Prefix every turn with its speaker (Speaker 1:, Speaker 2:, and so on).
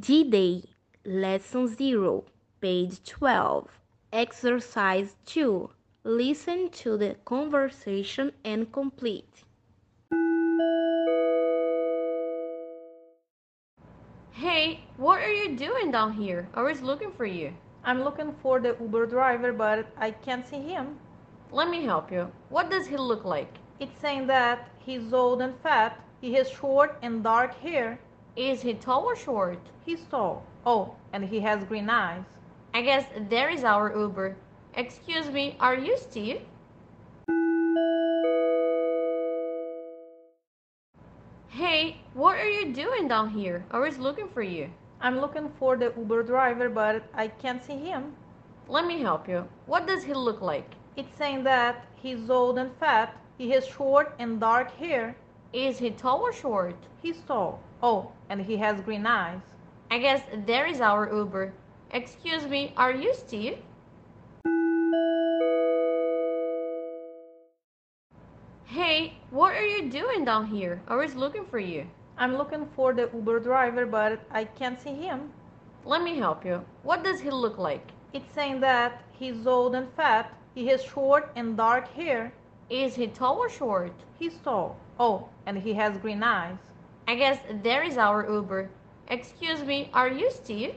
Speaker 1: G-Day, Lesson 0, page 12. Exercise 2. Listen to the conversation and complete.
Speaker 2: Hey, what are you doing down here? I was looking for you.
Speaker 3: I'm looking for the Uber driver, but I can't see him.
Speaker 2: Let me help you. What does he look like?
Speaker 3: It's saying that he's old and fat. He has short and dark hair.
Speaker 2: Is he tall or short?
Speaker 3: He's tall. Oh, and he has green eyes.
Speaker 2: I guess there is our Uber. Excuse me, are you Steve? Hey, what are you doing down here? I was looking for you.
Speaker 3: I'm looking for the Uber driver, but I can't see him.
Speaker 2: Let me help you. What does he look like?
Speaker 3: It's saying that he's old and fat. He has short and dark hair.
Speaker 2: Is he tall or short?
Speaker 3: He's tall. Oh, and he has green eyes.
Speaker 2: I guess there is our Uber. Excuse me, are you Steve? Hey, what are you doing down here? I was looking for you.
Speaker 3: I'm looking for the Uber driver, but I can't see him.
Speaker 2: Let me help you. What does he look like?
Speaker 3: It's saying that he's old and fat. He has short and dark hair.
Speaker 2: Is he tall or short?
Speaker 3: He's tall. Oh, and he has green eyes.
Speaker 2: I guess there is our Uber. Excuse me, are you Steve?